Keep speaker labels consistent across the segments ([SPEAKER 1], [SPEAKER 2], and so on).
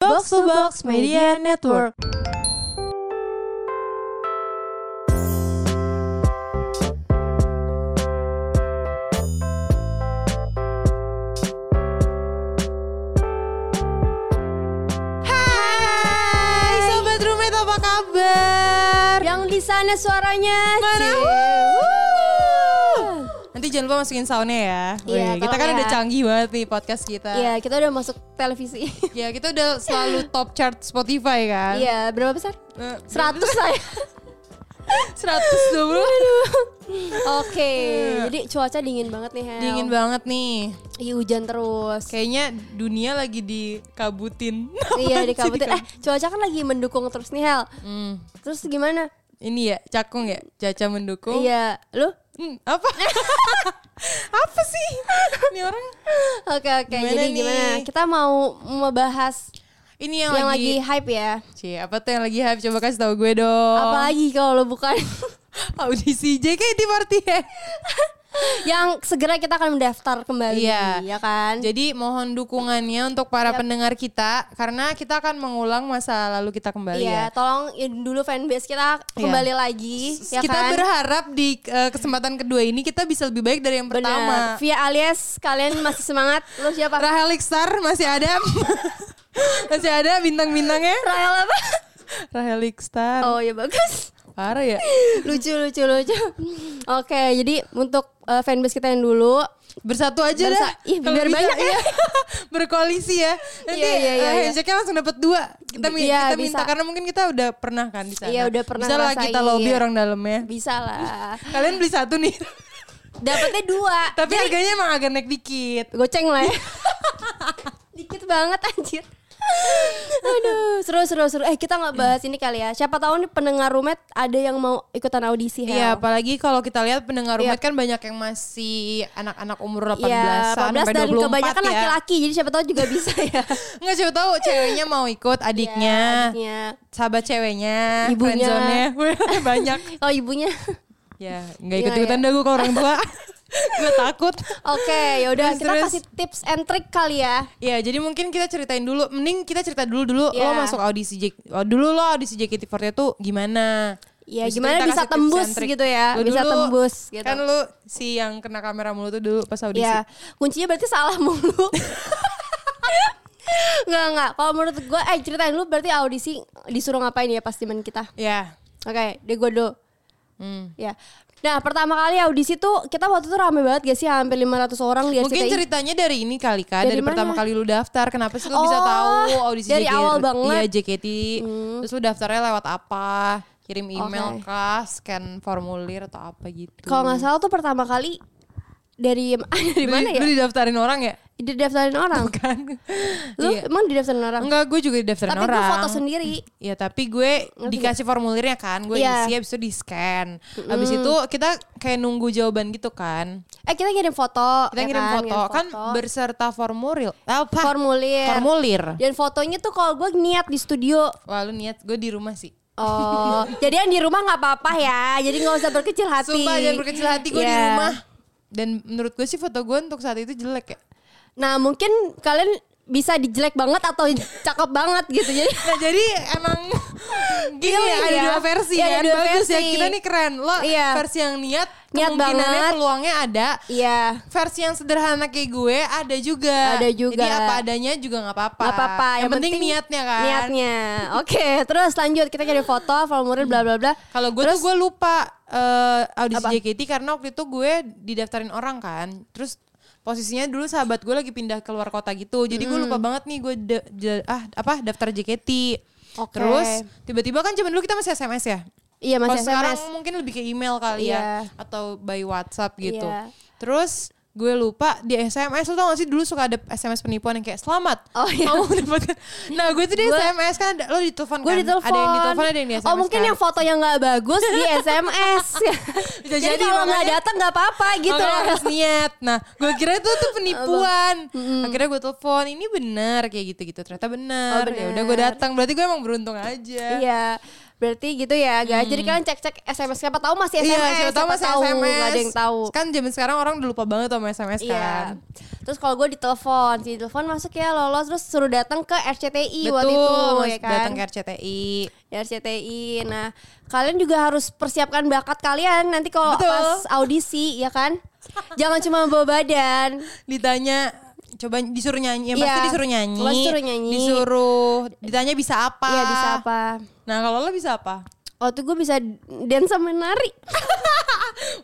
[SPEAKER 1] Box to Box Media Network.
[SPEAKER 2] Hai sobat roommate apa kabar?
[SPEAKER 1] Yang di sana suaranya
[SPEAKER 2] Mana?
[SPEAKER 1] Cie.
[SPEAKER 2] Wuh. Nanti jangan lupa masukin soundnya ya.
[SPEAKER 1] Iya,
[SPEAKER 2] Wih, kita
[SPEAKER 1] tolong
[SPEAKER 2] kan
[SPEAKER 1] ya.
[SPEAKER 2] udah canggih banget nih podcast kita.
[SPEAKER 1] Iya, kita udah masuk televisi.
[SPEAKER 2] Ya kita udah selalu top chart Spotify kan.
[SPEAKER 1] Iya, berapa besar? ya.
[SPEAKER 2] Eh,
[SPEAKER 1] 100 saya.
[SPEAKER 2] 120.
[SPEAKER 1] Oke, jadi cuaca dingin banget nih, Hel.
[SPEAKER 2] Hmm. Dingin banget nih.
[SPEAKER 1] Iya, hujan terus.
[SPEAKER 2] Kayaknya dunia lagi dikabutin.
[SPEAKER 1] iya,
[SPEAKER 2] Apaan
[SPEAKER 1] di
[SPEAKER 2] sih
[SPEAKER 1] kabupaten. Eh,
[SPEAKER 2] dikabut-
[SPEAKER 1] cuaca kan lagi mendukung terus nih, Hel.
[SPEAKER 2] Hmm.
[SPEAKER 1] Terus gimana?
[SPEAKER 2] Ini ya, cakung ya, Caca mendukung.
[SPEAKER 1] Iya, lu?
[SPEAKER 2] Hmm, apa? apa sih? Ini orang.
[SPEAKER 1] Oke, oke.
[SPEAKER 2] Gimana
[SPEAKER 1] Jadi
[SPEAKER 2] nih?
[SPEAKER 1] gimana? Kita mau membahas
[SPEAKER 2] Ini yang,
[SPEAKER 1] yang, lagi, hype ya.
[SPEAKER 2] Cie, apa tuh yang lagi hype? Coba kasih tahu gue dong.
[SPEAKER 1] Apalagi kalau bukan
[SPEAKER 2] Audisi JKT48.
[SPEAKER 1] yang segera kita akan mendaftar kembali,
[SPEAKER 2] Iya.
[SPEAKER 1] ya kan?
[SPEAKER 2] Jadi mohon dukungannya untuk para pendengar kita karena kita akan mengulang masa lalu kita kembali
[SPEAKER 1] Iya,
[SPEAKER 2] ya.
[SPEAKER 1] tolong ya dulu fanbase kita kembali lagi, ya
[SPEAKER 2] Iya. kita
[SPEAKER 1] kan?
[SPEAKER 2] berharap di eh, kesempatan kedua ini kita bisa lebih baik dari yang
[SPEAKER 1] Benar.
[SPEAKER 2] pertama.
[SPEAKER 1] Via alias kalian masih semangat. Lu siapa?
[SPEAKER 2] Rahel Ikstar masih ada. masih ada bintang-bintangnya.
[SPEAKER 1] Rahel apa?
[SPEAKER 2] Rahel Ikstar.
[SPEAKER 1] Oh ya bagus.
[SPEAKER 2] Parah ya.
[SPEAKER 1] Lucu lucu lucu. Oke, jadi untuk eh, fanbase kita yang dulu
[SPEAKER 2] Bersatu aja
[SPEAKER 1] Bersa-
[SPEAKER 2] dah.
[SPEAKER 1] Ih,
[SPEAKER 2] Kalau
[SPEAKER 1] biar
[SPEAKER 2] bisa,
[SPEAKER 1] banyak ya.
[SPEAKER 2] Berkoalisi ya. Nanti
[SPEAKER 1] Iya, iya, iya,
[SPEAKER 2] eh,
[SPEAKER 1] iya.
[SPEAKER 2] handshake-nya langsung dapat dua. Kita, mi-
[SPEAKER 1] Iya,
[SPEAKER 2] kita minta
[SPEAKER 1] bisa.
[SPEAKER 2] karena mungkin kita udah pernah kan di sana.
[SPEAKER 1] Iya, udah pernah
[SPEAKER 2] Bisa lah
[SPEAKER 1] ngerasain.
[SPEAKER 2] kita lobby orang dalamnya.
[SPEAKER 1] bisa lah.
[SPEAKER 2] Kalian beli satu nih.
[SPEAKER 1] Dapatnya dua.
[SPEAKER 2] Tapi
[SPEAKER 1] Jadi,
[SPEAKER 2] harganya emang agak naik dikit.
[SPEAKER 1] goceng lah ya. Dikit banget anjir. Aduh, seru seru seru. Eh, kita nggak bahas ini kali ya. Siapa tahu nih pendengar rumet ada yang mau ikutan audisi Hel.
[SPEAKER 2] Iya, apalagi kalau kita lihat pendengar
[SPEAKER 1] Iya.
[SPEAKER 2] rumah kan banyak yang masih anak-anak umur 18-an
[SPEAKER 1] Iya, 18
[SPEAKER 2] sampai
[SPEAKER 1] dan
[SPEAKER 2] 24
[SPEAKER 1] kebanyakan
[SPEAKER 2] ya.
[SPEAKER 1] laki-laki. Jadi siapa tahu juga bisa ya.
[SPEAKER 2] Nggak siapa tahu ceweknya mau ikut, adiknya,
[SPEAKER 1] Ya, adiknya.
[SPEAKER 2] sahabat ceweknya,
[SPEAKER 1] Ibunya.
[SPEAKER 2] friendzone-nya. banyak.
[SPEAKER 1] Oh, ibunya.
[SPEAKER 2] Ya, nggak
[SPEAKER 1] Iya,
[SPEAKER 2] ikut-ikutan
[SPEAKER 1] iya.
[SPEAKER 2] dah gue ke orang tua. gue takut.
[SPEAKER 1] Oke,
[SPEAKER 2] Terus,
[SPEAKER 1] yaudah kita
[SPEAKER 2] terus.
[SPEAKER 1] kasih tips and trick kali ya.
[SPEAKER 2] Ya, jadi mungkin kita ceritain dulu. Mending kita cerita dulu dulu
[SPEAKER 1] Iya.
[SPEAKER 2] lo masuk audisi J oh, dulu lo audisi JKT48 tuh gimana?
[SPEAKER 1] Ya,
[SPEAKER 2] Habis itu
[SPEAKER 1] gimana
[SPEAKER 2] kita kasih
[SPEAKER 1] bisa
[SPEAKER 2] tips
[SPEAKER 1] tembus
[SPEAKER 2] and trick.
[SPEAKER 1] gitu ya,
[SPEAKER 2] Lo
[SPEAKER 1] bisa
[SPEAKER 2] dulu,
[SPEAKER 1] tembus gitu.
[SPEAKER 2] Kan lu si yang kena kamera mulu tuh dulu pas audisi.
[SPEAKER 1] Ya, kuncinya berarti salah mulu. Enggak, enggak. Kalau menurut gue, eh ceritain lu berarti audisi disuruh ngapain ya pas zaman kita.
[SPEAKER 2] Ya.
[SPEAKER 1] Oke, deh gue dulu.
[SPEAKER 2] Hmm.
[SPEAKER 1] Ya. Nah, pertama kali audisi tuh kita waktu itu rame banget gak sih? Hampir 500 orang di
[SPEAKER 2] Mungkin
[SPEAKER 1] SCTI.
[SPEAKER 2] ceritanya dari ini kali Kak,
[SPEAKER 1] Dari
[SPEAKER 2] dari, pertama
[SPEAKER 1] mana?
[SPEAKER 2] kali lu daftar, kenapa sih lu bisa
[SPEAKER 1] Oh,
[SPEAKER 2] tahu audisi
[SPEAKER 1] dari
[SPEAKER 2] JKT?
[SPEAKER 1] awal banget. Hmm.
[SPEAKER 2] Iya, JKT. Terus lu daftarnya lewat apa? Kirim email
[SPEAKER 1] Oke.
[SPEAKER 2] kah, scan formulir atau apa gitu.
[SPEAKER 1] Kalau nggak salah tuh pertama kali dari dari
[SPEAKER 2] Lu-
[SPEAKER 1] mana ya?
[SPEAKER 2] Lu didaftarin orang ya?
[SPEAKER 1] Didaftarin orang.
[SPEAKER 2] Bukan.
[SPEAKER 1] Lu
[SPEAKER 2] Iya.
[SPEAKER 1] emang didaftarin orang?
[SPEAKER 2] Enggak, gue juga didaftarin
[SPEAKER 1] Tapi
[SPEAKER 2] orang.
[SPEAKER 1] gue foto sendiri.
[SPEAKER 2] Ya tapi gue dikasih formulirnya kan, gue
[SPEAKER 1] Iya.
[SPEAKER 2] isi habis itu di scan. Habis itu kita kayak nunggu jawaban gitu kan.
[SPEAKER 1] Eh kita ngirim foto.
[SPEAKER 2] Kita
[SPEAKER 1] ya
[SPEAKER 2] ngirim
[SPEAKER 1] kan?
[SPEAKER 2] foto, kan berserta formulir. Apa?
[SPEAKER 1] formulir.
[SPEAKER 2] Formulir.
[SPEAKER 1] Dan fotonya tuh kalau gue niat di studio.
[SPEAKER 2] Wah lu niat gue di rumah sih.
[SPEAKER 1] Oh, jadi yang di rumah nggak apa-apa ya. Jadi nggak usah berkecil hati.
[SPEAKER 2] Sumpah jangan berkecil hati gue di
[SPEAKER 1] Iya.
[SPEAKER 2] rumah. Dan menurut gue sih foto gue untuk saat itu jelek ya.
[SPEAKER 1] Nah mungkin kalian bisa dijelek banget atau cakep banget gitu. Jadi
[SPEAKER 2] Nah jadi emang gini
[SPEAKER 1] Iya,
[SPEAKER 2] ya, ada
[SPEAKER 1] iya.
[SPEAKER 2] dua versi
[SPEAKER 1] Iya, ada
[SPEAKER 2] kan.
[SPEAKER 1] dua
[SPEAKER 2] Bagus ya
[SPEAKER 1] versi.
[SPEAKER 2] kita nih keren. Lo
[SPEAKER 1] Iya.
[SPEAKER 2] versi yang niat,
[SPEAKER 1] Niat
[SPEAKER 2] kemungkinannya
[SPEAKER 1] banget.
[SPEAKER 2] peluangnya ada.
[SPEAKER 1] iya.
[SPEAKER 2] versi yang sederhana kayak gue ada juga.
[SPEAKER 1] Ada juga.
[SPEAKER 2] Jadi apa adanya juga nggak apa-apa.
[SPEAKER 1] Gak apa-apa.
[SPEAKER 2] Yang, penting, niatnya kan.
[SPEAKER 1] Niatnya. Oke, terus lanjut kita cari foto, formulir bla bla bla.
[SPEAKER 2] Kalau gue tuh
[SPEAKER 1] Terus-
[SPEAKER 2] gue lupa eh, audisi
[SPEAKER 1] Apa?
[SPEAKER 2] JKT karena waktu itu gue didaftarin orang kan. Terus posisinya dulu sahabat gue lagi pindah keluar kota gitu. Jadi gue lupa banget nih gue da- ja- ah apa daftar JKT.
[SPEAKER 1] Oke.
[SPEAKER 2] Terus tiba-tiba kan zaman dulu kita masih SMS ya.
[SPEAKER 1] Iya
[SPEAKER 2] Kalau
[SPEAKER 1] masih
[SPEAKER 2] sekarang
[SPEAKER 1] SMS.
[SPEAKER 2] mungkin lebih ke email kali
[SPEAKER 1] Iya.
[SPEAKER 2] ya atau by WhatsApp gitu.
[SPEAKER 1] Iya.
[SPEAKER 2] Terus gue lupa di SMS lo tau gak sih dulu suka ada SMS penipuan yang kayak selamat
[SPEAKER 1] Oh, iya.
[SPEAKER 2] kamu mendapatkan. Nah gue tuh di
[SPEAKER 1] Gue-
[SPEAKER 2] SMS kan ada, lo ditelepon
[SPEAKER 1] Gue
[SPEAKER 2] kan?
[SPEAKER 1] ditelepon.
[SPEAKER 2] Ada yang ditelepon ada yang di SMS.
[SPEAKER 1] Oh mungkin
[SPEAKER 2] kan?
[SPEAKER 1] yang foto yang nggak bagus di SMS.
[SPEAKER 2] Bisa
[SPEAKER 1] jadi,
[SPEAKER 2] jadi,
[SPEAKER 1] kalau nggak
[SPEAKER 2] makanya- Oh,
[SPEAKER 1] datang nggak apa-apa gitu.
[SPEAKER 2] Makanya harus niat. Nah gue kira itu tuh penipuan. Akhirnya gue telepon ini benar kayak gitu gitu ternyata benar.
[SPEAKER 1] Oh, benar.
[SPEAKER 2] Ya udah gue datang berarti gue emang beruntung aja.
[SPEAKER 1] Iya. Berarti gitu ya guys. Jadi kalian cek-cek SMS siapa tahu masih Iya, SMS.
[SPEAKER 2] Hmm. Iya, siapa tahu masih SMS.
[SPEAKER 1] nggak ada yang tahu.
[SPEAKER 2] Kan zaman sekarang orang udah lupa banget sama SMS
[SPEAKER 1] Iya.
[SPEAKER 2] kan.
[SPEAKER 1] Terus kalau gue ditelepon, si telepon masuk ya lolos terus suruh datang ke RCTI waktu itu
[SPEAKER 2] Betul,
[SPEAKER 1] ya kan.
[SPEAKER 2] datang ke RCTI.
[SPEAKER 1] Di RCTI. Nah, kalian juga harus persiapkan bakat kalian nanti kalau
[SPEAKER 2] Betul.
[SPEAKER 1] pas audisi ya kan. Jangan cuma bawa badan.
[SPEAKER 2] Ditanya coba disuruh nyanyi, yang
[SPEAKER 1] Iya,
[SPEAKER 2] pasti disuruh nyanyi.
[SPEAKER 1] pasti disuruh nyanyi.
[SPEAKER 2] Disuruh ditanya bisa apa.
[SPEAKER 1] Iya bisa apa?
[SPEAKER 2] Nah, kalau lo bisa apa?
[SPEAKER 1] Waktu gue bisa dance sama nari.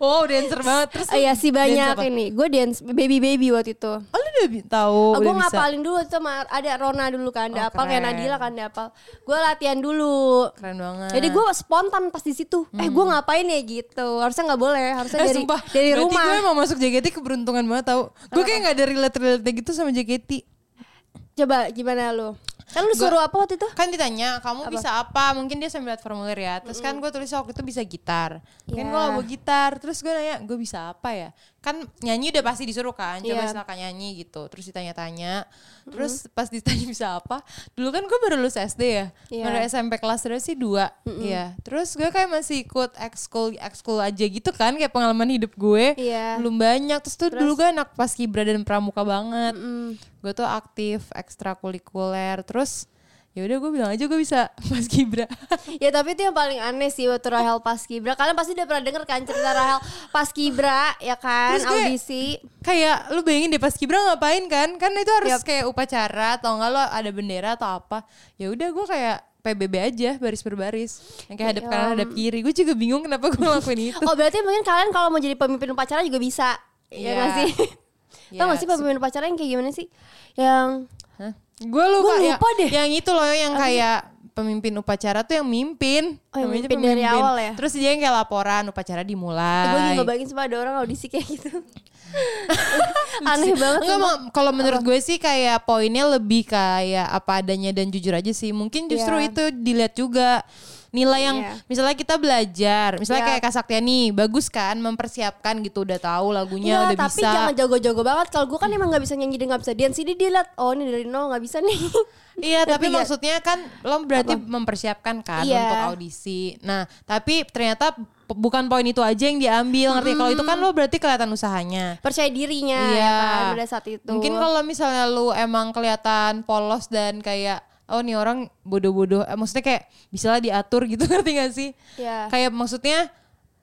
[SPEAKER 2] Wow, dancer banget. Terus
[SPEAKER 1] Iya sih banyak
[SPEAKER 2] dance apa?
[SPEAKER 1] ini. Gue dance baby baby waktu itu.
[SPEAKER 2] Oh, lo udah bi- tahu.
[SPEAKER 1] Oh, gue
[SPEAKER 2] udah bisa.
[SPEAKER 1] ngapalin dulu itu sama ada Rona dulu kan,
[SPEAKER 2] Oh,
[SPEAKER 1] ada apal kayak
[SPEAKER 2] keren.
[SPEAKER 1] Nadila kan, ada apal. Gue latihan dulu.
[SPEAKER 2] Keren banget.
[SPEAKER 1] Jadi gue spontan pas di situ. Eh gue ngapain ya gitu. Harusnya nggak boleh. Harusnya
[SPEAKER 2] Hmm. Eh,
[SPEAKER 1] dari
[SPEAKER 2] sumpah,
[SPEAKER 1] dari
[SPEAKER 2] berarti
[SPEAKER 1] rumah.
[SPEAKER 2] gue mau masuk JKT keberuntungan banget tau Gue kayak gak ada relate-relate gitu sama JKT
[SPEAKER 1] Coba gimana lu? Kan lu suruh apa waktu itu?
[SPEAKER 2] Kan ditanya, kamu bisa apa? Mungkin dia sambil lihat formulir ya Terus kan gue tulis waktu itu bisa gitar Mungkin gue
[SPEAKER 1] Iya.
[SPEAKER 2] gak bawa gitar Terus gue nanya, gue bisa apa ya? Kan nyanyi udah pasti disuruh kan Coba
[SPEAKER 1] Iya.
[SPEAKER 2] silakan nyanyi gitu Terus ditanya-tanya Terus pas ditanya bisa apa Dulu kan gue baru lulus SD ya
[SPEAKER 1] Iya.
[SPEAKER 2] Baru SMP kelas berapa sih dua Iya. Terus gue kayak masih ikut ekskul ekskul aja gitu kan Kayak pengalaman hidup gue
[SPEAKER 1] Iya.
[SPEAKER 2] belum banyak terus tuh dulu gue anak paskibra dan pramuka banget gue tuh aktif ekstrakurikuler terus ya udah gue bilang aja gue bisa paskibra
[SPEAKER 1] Ya tapi itu yang paling aneh sih waktu Rahel Paskibra. Kalian pasti udah pernah denger kan cerita Rahel Paskibra ya kan
[SPEAKER 2] Terus gue-
[SPEAKER 1] audisi.
[SPEAKER 2] kayak lu bayangin deh paskibra ngapain kan kan itu harus
[SPEAKER 1] Yap.
[SPEAKER 2] kayak upacara atau enggak lo ada bendera atau apa ya udah gue kayak PBB aja baris per baris yang kayak hadap
[SPEAKER 1] Ya
[SPEAKER 2] kanan hadap kiri gue juga bingung kenapa gue ngelakuin itu
[SPEAKER 1] Oh berarti mungkin kalian kalau mau jadi pemimpin upacara juga bisa.
[SPEAKER 2] Iya.
[SPEAKER 1] Ya nggak sih?
[SPEAKER 2] Iya,
[SPEAKER 1] Tau gak sih pemimpin upacara yang kayak gimana sih? Yang
[SPEAKER 2] Hah? gue lupa,
[SPEAKER 1] Gua
[SPEAKER 2] ya-
[SPEAKER 1] lupa deh.
[SPEAKER 2] yang itu loh yang kayak pemimpin upacara tuh yang mimpin
[SPEAKER 1] Oh, yang
[SPEAKER 2] Namanya
[SPEAKER 1] mimpin dari awal ya?
[SPEAKER 2] terus dia yang kayak laporan upacara
[SPEAKER 1] Eh, Gue lagi
[SPEAKER 2] dimulai
[SPEAKER 1] ngebayangin semua ada orang audisi kayak gitu Aneh banget
[SPEAKER 2] Enggak,
[SPEAKER 1] sumpah.
[SPEAKER 2] mau- kalau menurut gue sih kayak poinnya lebih kayak apa adanya dan jujur aja sih. Mungkin justru
[SPEAKER 1] Iya.
[SPEAKER 2] itu dilihat juga nilai yang
[SPEAKER 1] Iya.
[SPEAKER 2] misalnya kita belajar, misalnya
[SPEAKER 1] Iya.
[SPEAKER 2] kayak Kak Saktia nih, bagus kan mempersiapkan gitu udah tahu lagunya
[SPEAKER 1] Enggak,
[SPEAKER 2] udah
[SPEAKER 1] Iya, tapi
[SPEAKER 2] bisa.
[SPEAKER 1] jangan jago-jago banget Kalau gue kan emang gak bisa nyanyi dan gak bisa dance Jadi dia liat, oh ini dari nol gak bisa nih
[SPEAKER 2] Iya, tapi,
[SPEAKER 1] Ngerti nggak?
[SPEAKER 2] maksudnya kan lo berarti mempersiapkan kan
[SPEAKER 1] Iya.
[SPEAKER 2] untuk audisi. Nah, tapi ternyata p- bukan poin itu aja yang diambil. Ngerti? Kalau itu kan lo berarti kelihatan usahanya.
[SPEAKER 1] Percaya dirinya
[SPEAKER 2] Iya.
[SPEAKER 1] ya kan pada saat itu
[SPEAKER 2] Mungkin kalau misalnya lu emang kelihatan polos dan kayak oh nih orang bodoh-bodoh, eh, maksudnya kayak bisa lah diatur gitu ngerti gak sih?
[SPEAKER 1] Iya.
[SPEAKER 2] Kayak maksudnya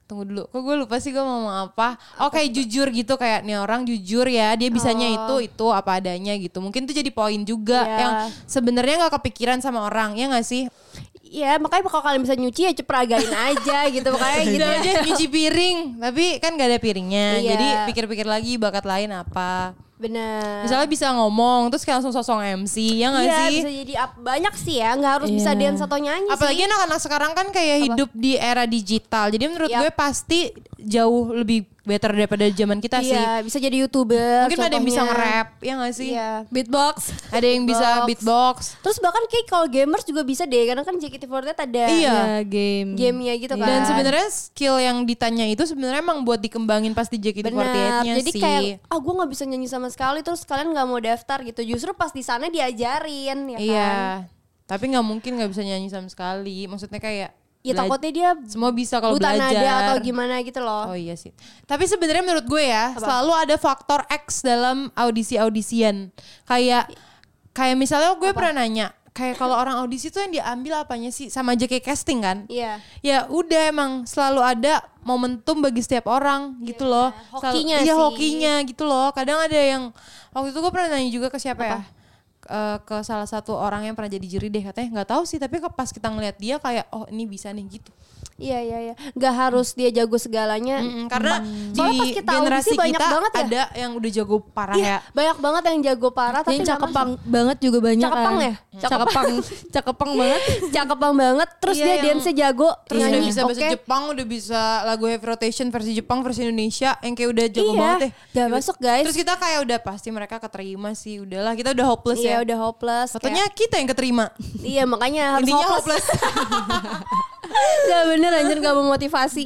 [SPEAKER 2] tunggu dulu, kok gue lupa sih gue mau ngomong apa? Oh kayak jujur gitu kayak nih orang jujur ya, dia bisanya itu itu apa adanya gitu. Mungkin itu jadi poin juga
[SPEAKER 1] Oh. Iya.
[SPEAKER 2] yang sebenarnya nggak kepikiran sama orang ya nggak sih?
[SPEAKER 1] Iya makanya kalau kalian bisa nyuci ya cepet peragain aja gitu Makanya gitu
[SPEAKER 2] Udah aja nyuci piring, tapi kan gak ada piringnya.
[SPEAKER 1] Iya.
[SPEAKER 2] Jadi pikir-pikir lagi bakat lain apa.
[SPEAKER 1] Bener
[SPEAKER 2] Misalnya bisa ngomong terus kayak langsung sosok MC ya nggak
[SPEAKER 1] Iya
[SPEAKER 2] sih?
[SPEAKER 1] bisa jadi up- banyak sih ya Gak harus bisa
[SPEAKER 2] Iya.
[SPEAKER 1] dance atau nyanyi
[SPEAKER 2] Apalagi
[SPEAKER 1] sih
[SPEAKER 2] anak-anak sekarang kan kayak hidup di era digital. Jadi menurut gue
[SPEAKER 1] Yap.
[SPEAKER 2] pasti jauh lebih better daripada zaman kita sih.
[SPEAKER 1] Iya bisa jadi youtuber
[SPEAKER 2] Mungkin ada yang bisa
[SPEAKER 1] contohnya.
[SPEAKER 2] nge-rap ya nggak sih?
[SPEAKER 1] Iya.
[SPEAKER 2] Beatbox. Ada yang bisa beatbox.
[SPEAKER 1] Terus bahkan kayak kalau gamers juga bisa deh Karena kan JKT48 ada
[SPEAKER 2] Iya.
[SPEAKER 3] Ya, game.
[SPEAKER 1] Gamenya gitu kan
[SPEAKER 2] Dan sebenarnya skill yang ditanya itu sebenarnya emang buat dikembangin pasti
[SPEAKER 1] Benar.
[SPEAKER 2] JKT48-nya
[SPEAKER 1] Jadi
[SPEAKER 2] sih. Iya.
[SPEAKER 1] kayak ah gue nggak bisa nyanyi sama sekali terus kalian nggak mau daftar gitu. Justru pas di sana diajarin ya
[SPEAKER 2] Iya.
[SPEAKER 1] kan.
[SPEAKER 2] Tapi nggak mungkin nggak bisa nyanyi sama sekali. Maksudnya kayak
[SPEAKER 1] Ya
[SPEAKER 2] bela-
[SPEAKER 1] takutnya dia
[SPEAKER 2] semua bisa kalau
[SPEAKER 1] buta
[SPEAKER 2] belajar.
[SPEAKER 1] nada atau gimana gitu loh.
[SPEAKER 2] Oh iya sih. Tapi sebenarnya menurut gue ya, selalu ada faktor X dalam audisi-audisian. Kayak kayak misalnya gue pernah nanya, kayak kalau orang audisi tuh yang diambil apanya sih? Sama aja kayak casting kan?
[SPEAKER 1] Iya.
[SPEAKER 2] Ya udah emang selalu ada momentum bagi setiap orang gitu loh. Selalu-
[SPEAKER 1] Hokinya
[SPEAKER 2] iya,
[SPEAKER 1] sih.
[SPEAKER 2] hokinya gitu loh. Kadang ada yang waktu itu gue pernah nanya juga ke siapa ya? Eh, ke salah satu orang yang pernah jadi juri deh katanya nggak tahu sih tapi ke- pas kita ngeliat dia kayak oh ini bisa nih gitu
[SPEAKER 1] Iya iya iya. Gak harus dia jago segalanya.
[SPEAKER 2] Mm-mm, karena
[SPEAKER 1] Soalnya
[SPEAKER 2] di
[SPEAKER 1] pas kita
[SPEAKER 2] generasi
[SPEAKER 1] audisi banyak
[SPEAKER 2] kita
[SPEAKER 1] banget ya.
[SPEAKER 2] ada yang udah jago parah ya.
[SPEAKER 1] Iya, banyak banget yang jago parah tapi
[SPEAKER 3] Yang
[SPEAKER 1] nggak
[SPEAKER 3] cakep
[SPEAKER 1] masuk.
[SPEAKER 3] pang banget juga banyak
[SPEAKER 1] Cakep pang
[SPEAKER 3] kan.
[SPEAKER 1] ya?
[SPEAKER 3] Cakep pang. Cakep pang banget.
[SPEAKER 1] Cakep bang banget terus
[SPEAKER 2] Iya,
[SPEAKER 1] dia
[SPEAKER 2] yang-
[SPEAKER 1] dance jago
[SPEAKER 2] ya. Terus udah
[SPEAKER 1] nyanyi,
[SPEAKER 2] bisa bahasa
[SPEAKER 1] oke.
[SPEAKER 2] Jepang, udah bisa lagu heavy rotation versi Jepang, versi Indonesia yang kayak udah jago
[SPEAKER 1] Iya,
[SPEAKER 2] banget deh.
[SPEAKER 1] nggak masuk, guys.
[SPEAKER 2] Terus kita kayak udah pasti mereka keterima sih, udahlah kita udah hopeless ya.
[SPEAKER 1] Iya udah hopeless.
[SPEAKER 2] Satunya kita yang keterima.
[SPEAKER 1] kayak- iya makanya harus
[SPEAKER 2] Intinya
[SPEAKER 1] hopeless.
[SPEAKER 2] hopeless.
[SPEAKER 1] Gak bener anjir gak memotivasi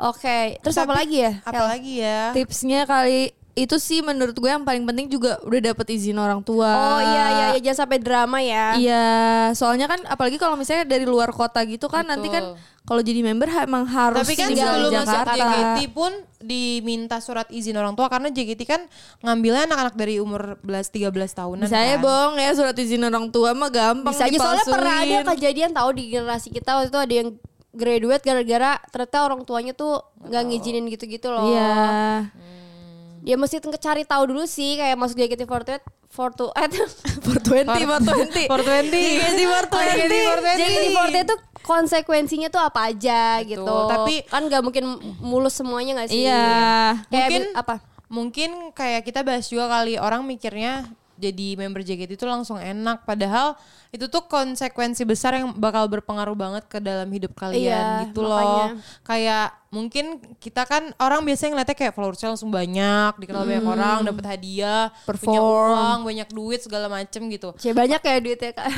[SPEAKER 1] Oke Terus
[SPEAKER 2] Tapi
[SPEAKER 1] apa lagi ya? Hel?
[SPEAKER 2] Apalagi ya?
[SPEAKER 3] Tipsnya kali itu sih menurut gue yang paling penting juga udah dapet izin orang tua.
[SPEAKER 1] Oh iya iya iya jangan sampai drama ya.
[SPEAKER 3] Iya, soalnya kan apalagi kalau misalnya dari luar kota gitu kan nanti kan
[SPEAKER 2] Betul.
[SPEAKER 3] kalau jadi member ha- emang harus
[SPEAKER 2] Tapi kan
[SPEAKER 3] tinggal
[SPEAKER 2] sebelum
[SPEAKER 3] di
[SPEAKER 2] masuk
[SPEAKER 3] Jakarta.
[SPEAKER 2] JKT pun diminta surat izin orang tua karena JKT kan ngambilnya anak-anak dari umur 11 13 tahunan.
[SPEAKER 3] Misalnya
[SPEAKER 2] kan.
[SPEAKER 3] bohong ya surat izin orang tua mah gampang
[SPEAKER 1] Bisa aja soalnya
[SPEAKER 3] dipalsuin.
[SPEAKER 1] pernah ada kejadian tahu di generasi kita waktu itu ada yang graduate gara-gara ternyata orang tuanya tuh nggak ngizinin gitu-gitu loh.
[SPEAKER 3] Iya.
[SPEAKER 1] Oh. Dia Ya, mesti teng- cari tahu dulu sih kayak masuk JKT48 42 eh
[SPEAKER 3] Twenty, for twenty.
[SPEAKER 2] For 20.
[SPEAKER 3] Jadi for twenty.
[SPEAKER 1] JKT48 tuh konsekuensinya tuh apa aja
[SPEAKER 2] Betul,
[SPEAKER 1] gitu.
[SPEAKER 2] tapi-
[SPEAKER 1] kan nggak mungkin mulus semuanya nggak sih?
[SPEAKER 3] Iya.
[SPEAKER 1] Kayak
[SPEAKER 2] Mungkin
[SPEAKER 1] bi- apa?
[SPEAKER 2] Mungkin kayak kita bahas juga kali orang mikirnya jadi member JKT itu langsung enak padahal itu tuh konsekuensi besar yang bakal berpengaruh banget ke dalam hidup kalian
[SPEAKER 1] Iya,
[SPEAKER 2] gitu loh.
[SPEAKER 1] makanya.
[SPEAKER 2] Kayak mungkin kita kan orang biasanya ngeliatnya kayak followersnya langsung banyak, dikenal banyak
[SPEAKER 1] Hmm.
[SPEAKER 2] orang, dapat hadiah, punya
[SPEAKER 3] Perform.
[SPEAKER 2] uang, banyak duit segala macem gitu.
[SPEAKER 1] Cie banyak ya duitnya kak.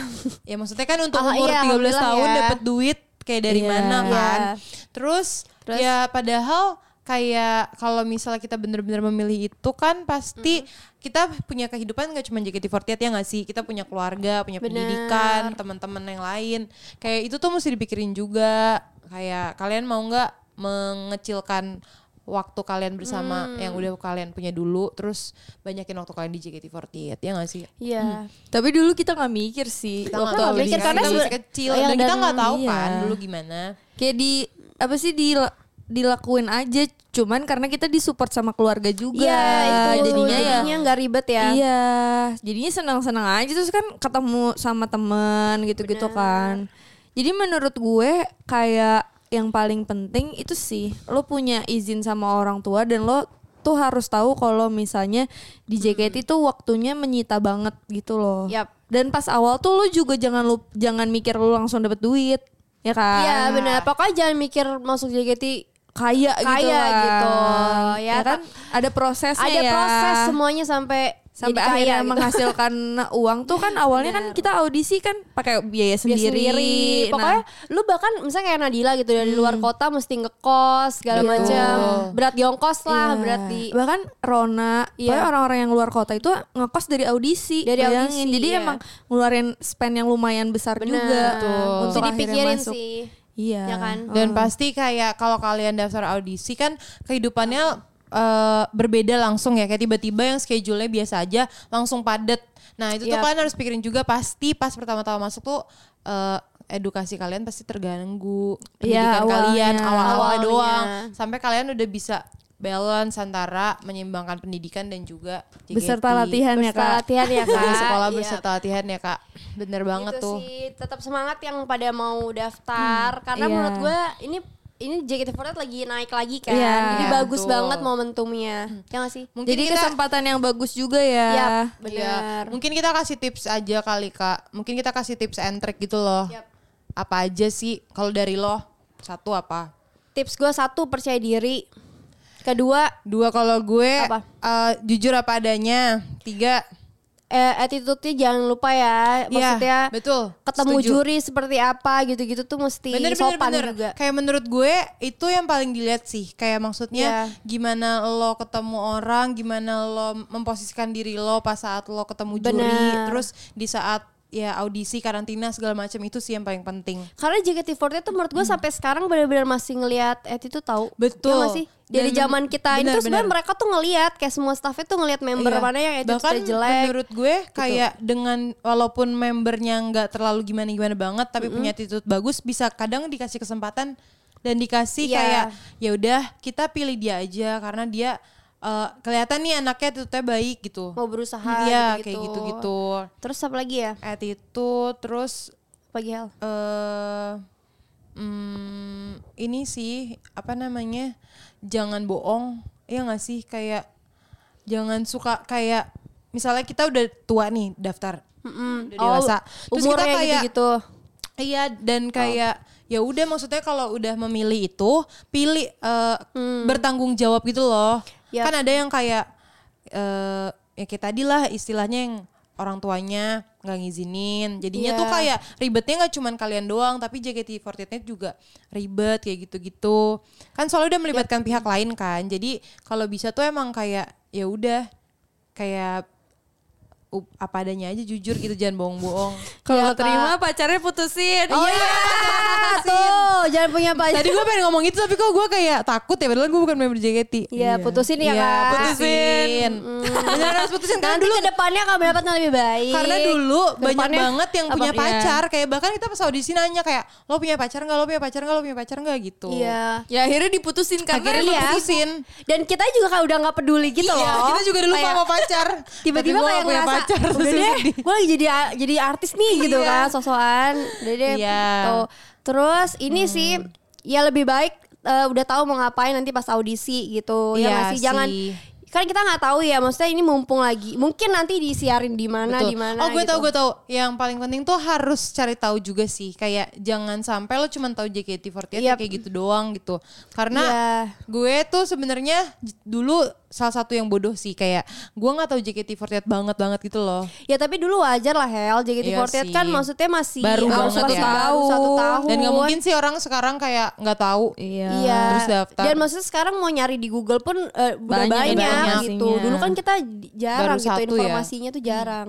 [SPEAKER 2] Ya maksudnya kan untuk
[SPEAKER 1] Ah,
[SPEAKER 2] umur 13
[SPEAKER 1] iya,
[SPEAKER 2] tahun
[SPEAKER 1] alhamdulillah ya.
[SPEAKER 2] dapat duit kayak dari
[SPEAKER 3] Iya.
[SPEAKER 2] mana kan.
[SPEAKER 1] Iya.
[SPEAKER 2] Terus, ya padahal kayak kalau misalnya kita bener-bener memilih itu kan pasti kita punya kehidupan nggak cuma JKT48 ya nggak sih? Kita punya keluarga, punya
[SPEAKER 1] Bener.
[SPEAKER 2] pendidikan, teman-teman yang lain. Kayak itu tuh mesti dipikirin juga. Kayak kalian mau nggak mengecilkan waktu kalian bersama
[SPEAKER 1] Hmm.
[SPEAKER 2] yang udah kalian punya dulu terus banyakin waktu kalian di JKT48 ya nggak sih?
[SPEAKER 1] Iya.
[SPEAKER 3] Tapi dulu kita nggak mikir sih.
[SPEAKER 2] kita nggak
[SPEAKER 3] waktu
[SPEAKER 2] tahu
[SPEAKER 1] nggak mikir
[SPEAKER 2] sih.
[SPEAKER 1] karena
[SPEAKER 2] kita
[SPEAKER 1] sebe-
[SPEAKER 2] masih kecil
[SPEAKER 1] yang
[SPEAKER 2] dan kita
[SPEAKER 1] dan-
[SPEAKER 2] nggak tahu
[SPEAKER 3] iya.
[SPEAKER 2] kan dulu gimana
[SPEAKER 3] kayak di apa sih di dilakuin aja cuman karena kita disupport sama keluarga juga
[SPEAKER 1] Iya itu
[SPEAKER 3] jadinya ya
[SPEAKER 1] jadinya nggak ribet ya.
[SPEAKER 3] iya jadinya senang-senang aja terus kan ketemu sama temen gitu-gitu kan jadi menurut gue kayak yang paling penting itu sih lo punya izin sama orang tua dan lo tuh harus tahu kalau misalnya di JKT itu waktunya menyita banget gitu loh
[SPEAKER 1] Hmm. Yap.
[SPEAKER 3] dan pas awal tuh lo juga jangan lu jangan mikir lo langsung dapet duit ya kan
[SPEAKER 1] Iya benar. Pokoknya jangan mikir masuk JKT
[SPEAKER 3] kaya, gitu
[SPEAKER 1] Kaya
[SPEAKER 3] lah.
[SPEAKER 1] gitu, ya
[SPEAKER 3] ya, kan ada prosesnya
[SPEAKER 1] ada
[SPEAKER 3] ya.
[SPEAKER 1] proses semuanya sampai
[SPEAKER 3] sampai
[SPEAKER 1] jadi
[SPEAKER 3] akhirnya
[SPEAKER 1] gitu.
[SPEAKER 3] menghasilkan uang tuh kan awalnya kan kita audisi kan pakai biaya
[SPEAKER 1] Dia
[SPEAKER 3] sendiri, Nah, Hmm.
[SPEAKER 1] Pokoknya lu bahkan misalnya kayak Nadila gitu dari luar kota mesti ngekos segala
[SPEAKER 3] Betul.
[SPEAKER 1] macam. Berat di ongkos lah,
[SPEAKER 3] iya.
[SPEAKER 1] berat di
[SPEAKER 3] bahkan Rona
[SPEAKER 1] Iya.
[SPEAKER 3] pokoknya orang-orang yang luar kota itu ngekos dari audisi
[SPEAKER 1] Dari
[SPEAKER 3] bayangin.
[SPEAKER 1] audisi,
[SPEAKER 3] jadi
[SPEAKER 1] iya.
[SPEAKER 3] emang ngeluarin spend yang lumayan besar juga
[SPEAKER 1] Betul. Mesti
[SPEAKER 3] untuk akhirnya
[SPEAKER 1] dipikirin
[SPEAKER 3] masuk.
[SPEAKER 1] sih.
[SPEAKER 3] iya
[SPEAKER 1] Ya kan?
[SPEAKER 2] dan pasti kayak kalau kalian daftar audisi kan kehidupannya eh, berbeda langsung ya kayak tiba-tiba yang schedule-nya biasa aja langsung padat nah
[SPEAKER 3] Iya.
[SPEAKER 2] itu tuh
[SPEAKER 1] Yap.
[SPEAKER 2] kalian harus pikirin juga pasti pas pertama-tama masuk tuh eh, edukasi kalian pasti terganggu pendidikan
[SPEAKER 3] Iya,
[SPEAKER 2] kalian
[SPEAKER 3] awalnya.
[SPEAKER 2] awal-awal
[SPEAKER 1] Awalnya.
[SPEAKER 2] doang sampai kalian udah bisa balance antara menyeimbangkan pendidikan dan juga JKT.
[SPEAKER 3] beserta latihan ya
[SPEAKER 1] gitu. Beserta
[SPEAKER 3] kak
[SPEAKER 1] latihan ya kak.
[SPEAKER 2] Iya, sekolah
[SPEAKER 1] Iya.
[SPEAKER 2] beserta latihan ya kak bener banget
[SPEAKER 1] Gitu
[SPEAKER 2] tuh Iya.
[SPEAKER 1] sih, tetap semangat yang pada mau daftar karena
[SPEAKER 3] iya.
[SPEAKER 1] menurut gue ini ini JKT48 lagi naik lagi kan.
[SPEAKER 3] Iya, Hmm.
[SPEAKER 1] Jadi bagus
[SPEAKER 2] betul.
[SPEAKER 1] banget momentumnya. Ya gak sih?
[SPEAKER 2] mungkin
[SPEAKER 3] jadi
[SPEAKER 2] kita
[SPEAKER 3] kesempatan yang bagus juga ya
[SPEAKER 1] Yap,
[SPEAKER 2] Iya.
[SPEAKER 1] benar.
[SPEAKER 2] mungkin kita kasih tips aja kali kak mungkin kita kasih tips and trick gitu loh
[SPEAKER 1] Yap.
[SPEAKER 2] apa aja sih kalau dari lo satu apa
[SPEAKER 1] Tips gue satu percaya diri. Kedua
[SPEAKER 2] dua kalau gue
[SPEAKER 1] Apa?
[SPEAKER 2] eh, jujur apa adanya tiga
[SPEAKER 1] eh, attitude-nya jangan lupa ya. Maksudnya
[SPEAKER 2] Iya, betul
[SPEAKER 1] ketemu
[SPEAKER 2] Setuju.
[SPEAKER 1] juri seperti apa gitu-gitu tuh mesti sopan juga.
[SPEAKER 2] Kayak menurut gue itu yang paling dilihat sih. Kayak maksudnya
[SPEAKER 1] Iya.
[SPEAKER 2] gimana lo ketemu orang, gimana lo memposisikan diri lo pas saat lo ketemu juri,
[SPEAKER 1] Benar.
[SPEAKER 2] terus di saat ya audisi karantina segala macam itu sih yang paling penting.
[SPEAKER 1] Karena JKT48 tuh menurut gue sampai sekarang benar-benar masih ngelihat attitude tahu.
[SPEAKER 2] Hmm. Betul.
[SPEAKER 1] Ya nggak sih? Dari
[SPEAKER 2] Dan
[SPEAKER 1] zaman kita ini
[SPEAKER 2] benar,
[SPEAKER 1] tuh sebenarnya
[SPEAKER 2] benar.
[SPEAKER 1] mereka tuh ngelihat kayak semua staffnya tuh ngelihat member
[SPEAKER 2] Iya.
[SPEAKER 1] mana yang
[SPEAKER 2] Bahkan
[SPEAKER 1] attitude jelek.
[SPEAKER 2] menurut gue kayak dengan walaupun membernya nggak terlalu gimana gimana banget tapi punya attitude bagus bisa kadang dikasih kesempatan dan dikasih
[SPEAKER 1] Iya.
[SPEAKER 2] kayak ya udah kita pilih dia aja karena dia eh, kelihatan nih anaknya attitude-nya baik gitu.
[SPEAKER 1] mau berusaha
[SPEAKER 2] Iya
[SPEAKER 1] gitu-gitu.
[SPEAKER 2] kayak gitu-gitu.
[SPEAKER 1] Terus apa lagi ya?
[SPEAKER 2] Attitude terus
[SPEAKER 1] Pagi hal.
[SPEAKER 2] eh hmm, ini sih apa namanya jangan bohong ya nggak sih kayak jangan suka kayak misalnya kita udah tua nih daftar udah dewasa terus kita
[SPEAKER 1] Oh, umurnya
[SPEAKER 2] kayak
[SPEAKER 1] gitu-gitu.
[SPEAKER 2] iya dan kayak ya udah maksudnya kalau udah memilih itu pilih eh,
[SPEAKER 1] Hmm.
[SPEAKER 2] bertanggung jawab gitu loh
[SPEAKER 1] Yap.
[SPEAKER 2] kan ada yang kayak eh ya kayak tadi lah istilahnya yang orang tuanya nggak ngizinin jadinya tuh
[SPEAKER 1] Iya.
[SPEAKER 2] kayak ribetnya nggak cuman kalian doang tapi JKT48 juga ribet
[SPEAKER 1] Ya.
[SPEAKER 2] kayak gitu-gitu kan soalnya udah melibatkan pihak lain kan jadi kalau bisa tuh emang kayak ya udah kayak up- apa adanya aja jujur gitu jangan bohong-bohong.
[SPEAKER 1] Iya,
[SPEAKER 3] Kalau
[SPEAKER 2] Ya,
[SPEAKER 3] nggak terima pacarnya putusin.
[SPEAKER 1] Oh iya, tuh jangan punya
[SPEAKER 2] Kak.
[SPEAKER 1] pacar.
[SPEAKER 2] Tadi gue pengen ngomong itu tapi kok gue kayak takut ya padahal gue bukan member JKT.
[SPEAKER 1] Iya, putusin
[SPEAKER 2] Iya,
[SPEAKER 1] ya, Kak. Mm.
[SPEAKER 2] putusin. Beneran harus putusin karena
[SPEAKER 1] Nanti
[SPEAKER 2] dulu
[SPEAKER 1] ke depannya akan mendapatkan lebih baik. ya?
[SPEAKER 2] karena dulu banyak
[SPEAKER 3] depannya
[SPEAKER 2] banget yang punya
[SPEAKER 3] apa- iya.
[SPEAKER 2] pacar kayak bahkan kita pas audisi nanya kayak lo punya pacar nggak lo punya pacar nggak lo punya pacar nggak gitu.
[SPEAKER 1] Iya.
[SPEAKER 3] Ya akhirnya diputusin karena
[SPEAKER 2] Akhirnya
[SPEAKER 3] emang
[SPEAKER 1] Iya.
[SPEAKER 2] diputusin.
[SPEAKER 1] Dan kita juga kayak udah nggak peduli gitu
[SPEAKER 2] Iya,
[SPEAKER 1] loh.
[SPEAKER 2] kita juga dulu
[SPEAKER 1] Kayak
[SPEAKER 2] sama pacar.
[SPEAKER 1] Tiba-tiba
[SPEAKER 2] Tapi gua
[SPEAKER 1] kayak
[SPEAKER 2] nggak punya
[SPEAKER 1] ngerasa,
[SPEAKER 2] pacar.
[SPEAKER 1] udah
[SPEAKER 2] terus
[SPEAKER 1] deh,
[SPEAKER 2] sedih.
[SPEAKER 1] gue lagi jadi jadi artis nih gitu
[SPEAKER 2] Iya.
[SPEAKER 1] kan, sosokan. Udah deh,
[SPEAKER 2] Iya. Hmm.
[SPEAKER 1] tuh. Terus ini sih, ya lebih baik eh, udah tahu mau ngapain nanti pas audisi gitu.
[SPEAKER 2] Iya
[SPEAKER 1] ya masih jangan
[SPEAKER 2] sih.
[SPEAKER 1] kan kita nggak tahu ya maksudnya ini mumpung lagi mungkin nanti disiarin di mana
[SPEAKER 2] Betul.
[SPEAKER 1] di mana
[SPEAKER 2] Oh gue
[SPEAKER 1] gitu.
[SPEAKER 2] tau gue tau. Yang paling penting tuh harus cari tahu juga sih. Kayak jangan sampai lo cuma tahu JKT48
[SPEAKER 1] Yap.
[SPEAKER 2] kayak gitu doang gitu. Karena
[SPEAKER 1] Iya.
[SPEAKER 2] gue tuh sebenarnya j- dulu salah satu yang bodoh sih. Kayak gue nggak tahu JKT48 banget banget gitu loh.
[SPEAKER 1] Ya tapi dulu wajar lah Hel
[SPEAKER 2] Iya
[SPEAKER 1] JKT48
[SPEAKER 2] sih.
[SPEAKER 1] kan maksudnya masih
[SPEAKER 2] Baru
[SPEAKER 1] harus
[SPEAKER 2] banget
[SPEAKER 1] masih
[SPEAKER 2] ya.
[SPEAKER 1] baru satu tahun
[SPEAKER 2] Dan nggak mungkin sih orang sekarang kayak nggak tahu.
[SPEAKER 3] Iya.
[SPEAKER 1] Iya.
[SPEAKER 2] Terus daftar.
[SPEAKER 1] Dan maksudnya sekarang mau nyari di Google pun eh, udah
[SPEAKER 3] Banyak,
[SPEAKER 1] banyak,
[SPEAKER 3] banyak.
[SPEAKER 1] gitu. Dulu kan kita di- jarang
[SPEAKER 2] Baru
[SPEAKER 1] gitu
[SPEAKER 2] satu ya.
[SPEAKER 1] informasinya tuh jarang.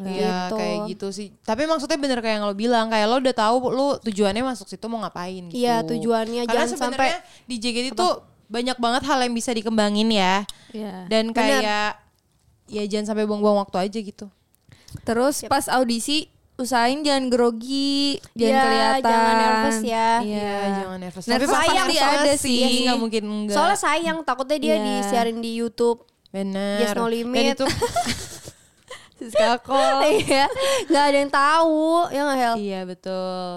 [SPEAKER 2] Iya kayak gitu sih. Tapi maksudnya bener kayak yang lo bilang kayak lo udah tahu lo tujuannya masuk situ mau ngapain gitu.
[SPEAKER 1] Iya, tujuannya.
[SPEAKER 2] Karena
[SPEAKER 1] Jangan
[SPEAKER 2] sebenarnya di JKT itu banyak banget hal yang bisa dikembangin ya.
[SPEAKER 1] Nah,
[SPEAKER 3] Iya.
[SPEAKER 2] Dan kayak ya jangan sampai buang-buang waktu aja gitu.
[SPEAKER 3] Terus pas audisi usahain jangan grogi, jangan
[SPEAKER 1] Iya,
[SPEAKER 3] kelihatan.
[SPEAKER 1] jangan nervous ya.
[SPEAKER 3] Iya,
[SPEAKER 2] Iya, jangan nervous.
[SPEAKER 3] Nervous
[SPEAKER 2] Tapi
[SPEAKER 3] sayang
[SPEAKER 2] pasti
[SPEAKER 3] sih.
[SPEAKER 2] ada
[SPEAKER 3] Iya
[SPEAKER 2] sih.
[SPEAKER 3] sih.
[SPEAKER 2] Nggak mungkin enggak.
[SPEAKER 1] Soalnya sayang takutnya dia
[SPEAKER 3] Iya.
[SPEAKER 1] disiarin di YouTube.
[SPEAKER 2] bener.
[SPEAKER 1] Yes,
[SPEAKER 2] Dan
[SPEAKER 1] no limit.
[SPEAKER 2] itu-
[SPEAKER 3] Siska Cole.
[SPEAKER 1] Iya, nggak ada yang tahu ya nggak Hel.
[SPEAKER 2] iya betul.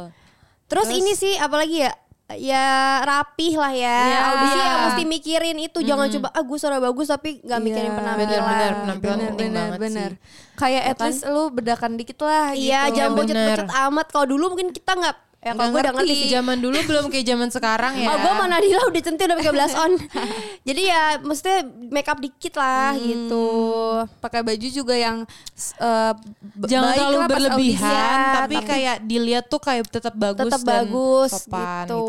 [SPEAKER 1] Terus, ini sih apalagi ya ya rapih lah ya
[SPEAKER 3] Iya.
[SPEAKER 1] audisi ya
[SPEAKER 3] Iya.
[SPEAKER 1] mesti mikirin itu jangan coba ah gue suara bagus tapi nggak mikirin
[SPEAKER 3] Iya,
[SPEAKER 1] penampilan
[SPEAKER 2] bener-bener, Ya, penampilan
[SPEAKER 3] bener,
[SPEAKER 2] penting
[SPEAKER 3] bener,
[SPEAKER 2] banget
[SPEAKER 3] bener. Kan?
[SPEAKER 2] sih.
[SPEAKER 3] Kayak
[SPEAKER 2] Ya kan?
[SPEAKER 1] Ya,
[SPEAKER 3] at least lu bedakan dikit lah
[SPEAKER 1] iya
[SPEAKER 3] gitu.
[SPEAKER 1] jangan
[SPEAKER 2] Iya, bener.
[SPEAKER 1] bocet-bocet amat kalau dulu mungkin kita nggak ya
[SPEAKER 2] Nggak
[SPEAKER 1] kalau gue udah ngerti
[SPEAKER 2] ngerti.
[SPEAKER 1] sih
[SPEAKER 2] Zaman dulu belum kayak zaman sekarang ya.
[SPEAKER 1] Oh gue sama Nadila udah centil udah pakai blush on Jadi ya mestinya make up dikit lah
[SPEAKER 2] Hmm,
[SPEAKER 1] gitu
[SPEAKER 3] Pakai baju juga yang eh, b-
[SPEAKER 2] jangan terlalu
[SPEAKER 3] baik lah pas Iya, ya,
[SPEAKER 2] berlebihan,
[SPEAKER 3] audisian,
[SPEAKER 2] tapi, kan- kayak dilihat tuh kayak tetap bagus
[SPEAKER 1] Tetap
[SPEAKER 2] dan
[SPEAKER 1] bagus
[SPEAKER 2] sopan
[SPEAKER 1] gitu.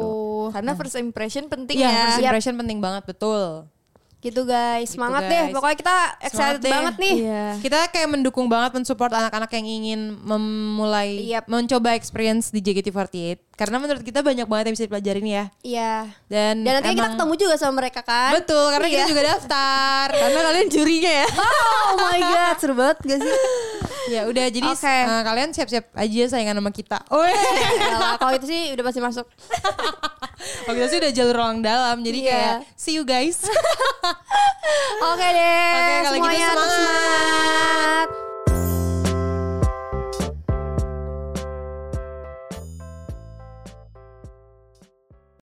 [SPEAKER 3] karena first impression penting
[SPEAKER 2] Iya,
[SPEAKER 3] ya.
[SPEAKER 2] first
[SPEAKER 1] Yap.
[SPEAKER 2] impression penting banget, betul.
[SPEAKER 1] Gitu guys Semangat deh
[SPEAKER 2] guys.
[SPEAKER 1] Pokoknya kita
[SPEAKER 2] Semangat
[SPEAKER 1] excited
[SPEAKER 2] deh.
[SPEAKER 1] banget nih
[SPEAKER 3] Iya.
[SPEAKER 2] Kita kayak mendukung banget mensupport anak-anak yang ingin memulai
[SPEAKER 1] Yap.
[SPEAKER 2] mencoba experience di JKT48 karena menurut kita banyak banget yang bisa dipelajarin ya.
[SPEAKER 1] Iya
[SPEAKER 2] Dan,
[SPEAKER 1] Dan nanti kita
[SPEAKER 2] emang-
[SPEAKER 1] ketemu juga sama mereka kan
[SPEAKER 2] Betul, karena kita
[SPEAKER 1] Iya.
[SPEAKER 2] juga daftar. karena kalian jurinya ya.
[SPEAKER 1] Oh my god Seru banget gak sih
[SPEAKER 2] ya udah jadi
[SPEAKER 1] Oke.
[SPEAKER 2] eh, kalian siap-siap aja saingan sama kita. Oh,
[SPEAKER 1] Yalah, Kalau itu sih udah pasti masuk
[SPEAKER 2] kita sih udah jalur ruang dalam. Jadi
[SPEAKER 1] Iya.
[SPEAKER 2] kayak see you guys.
[SPEAKER 1] Oke deh
[SPEAKER 2] Oke, kalau gitu
[SPEAKER 1] Semuanya tetap
[SPEAKER 2] semangat.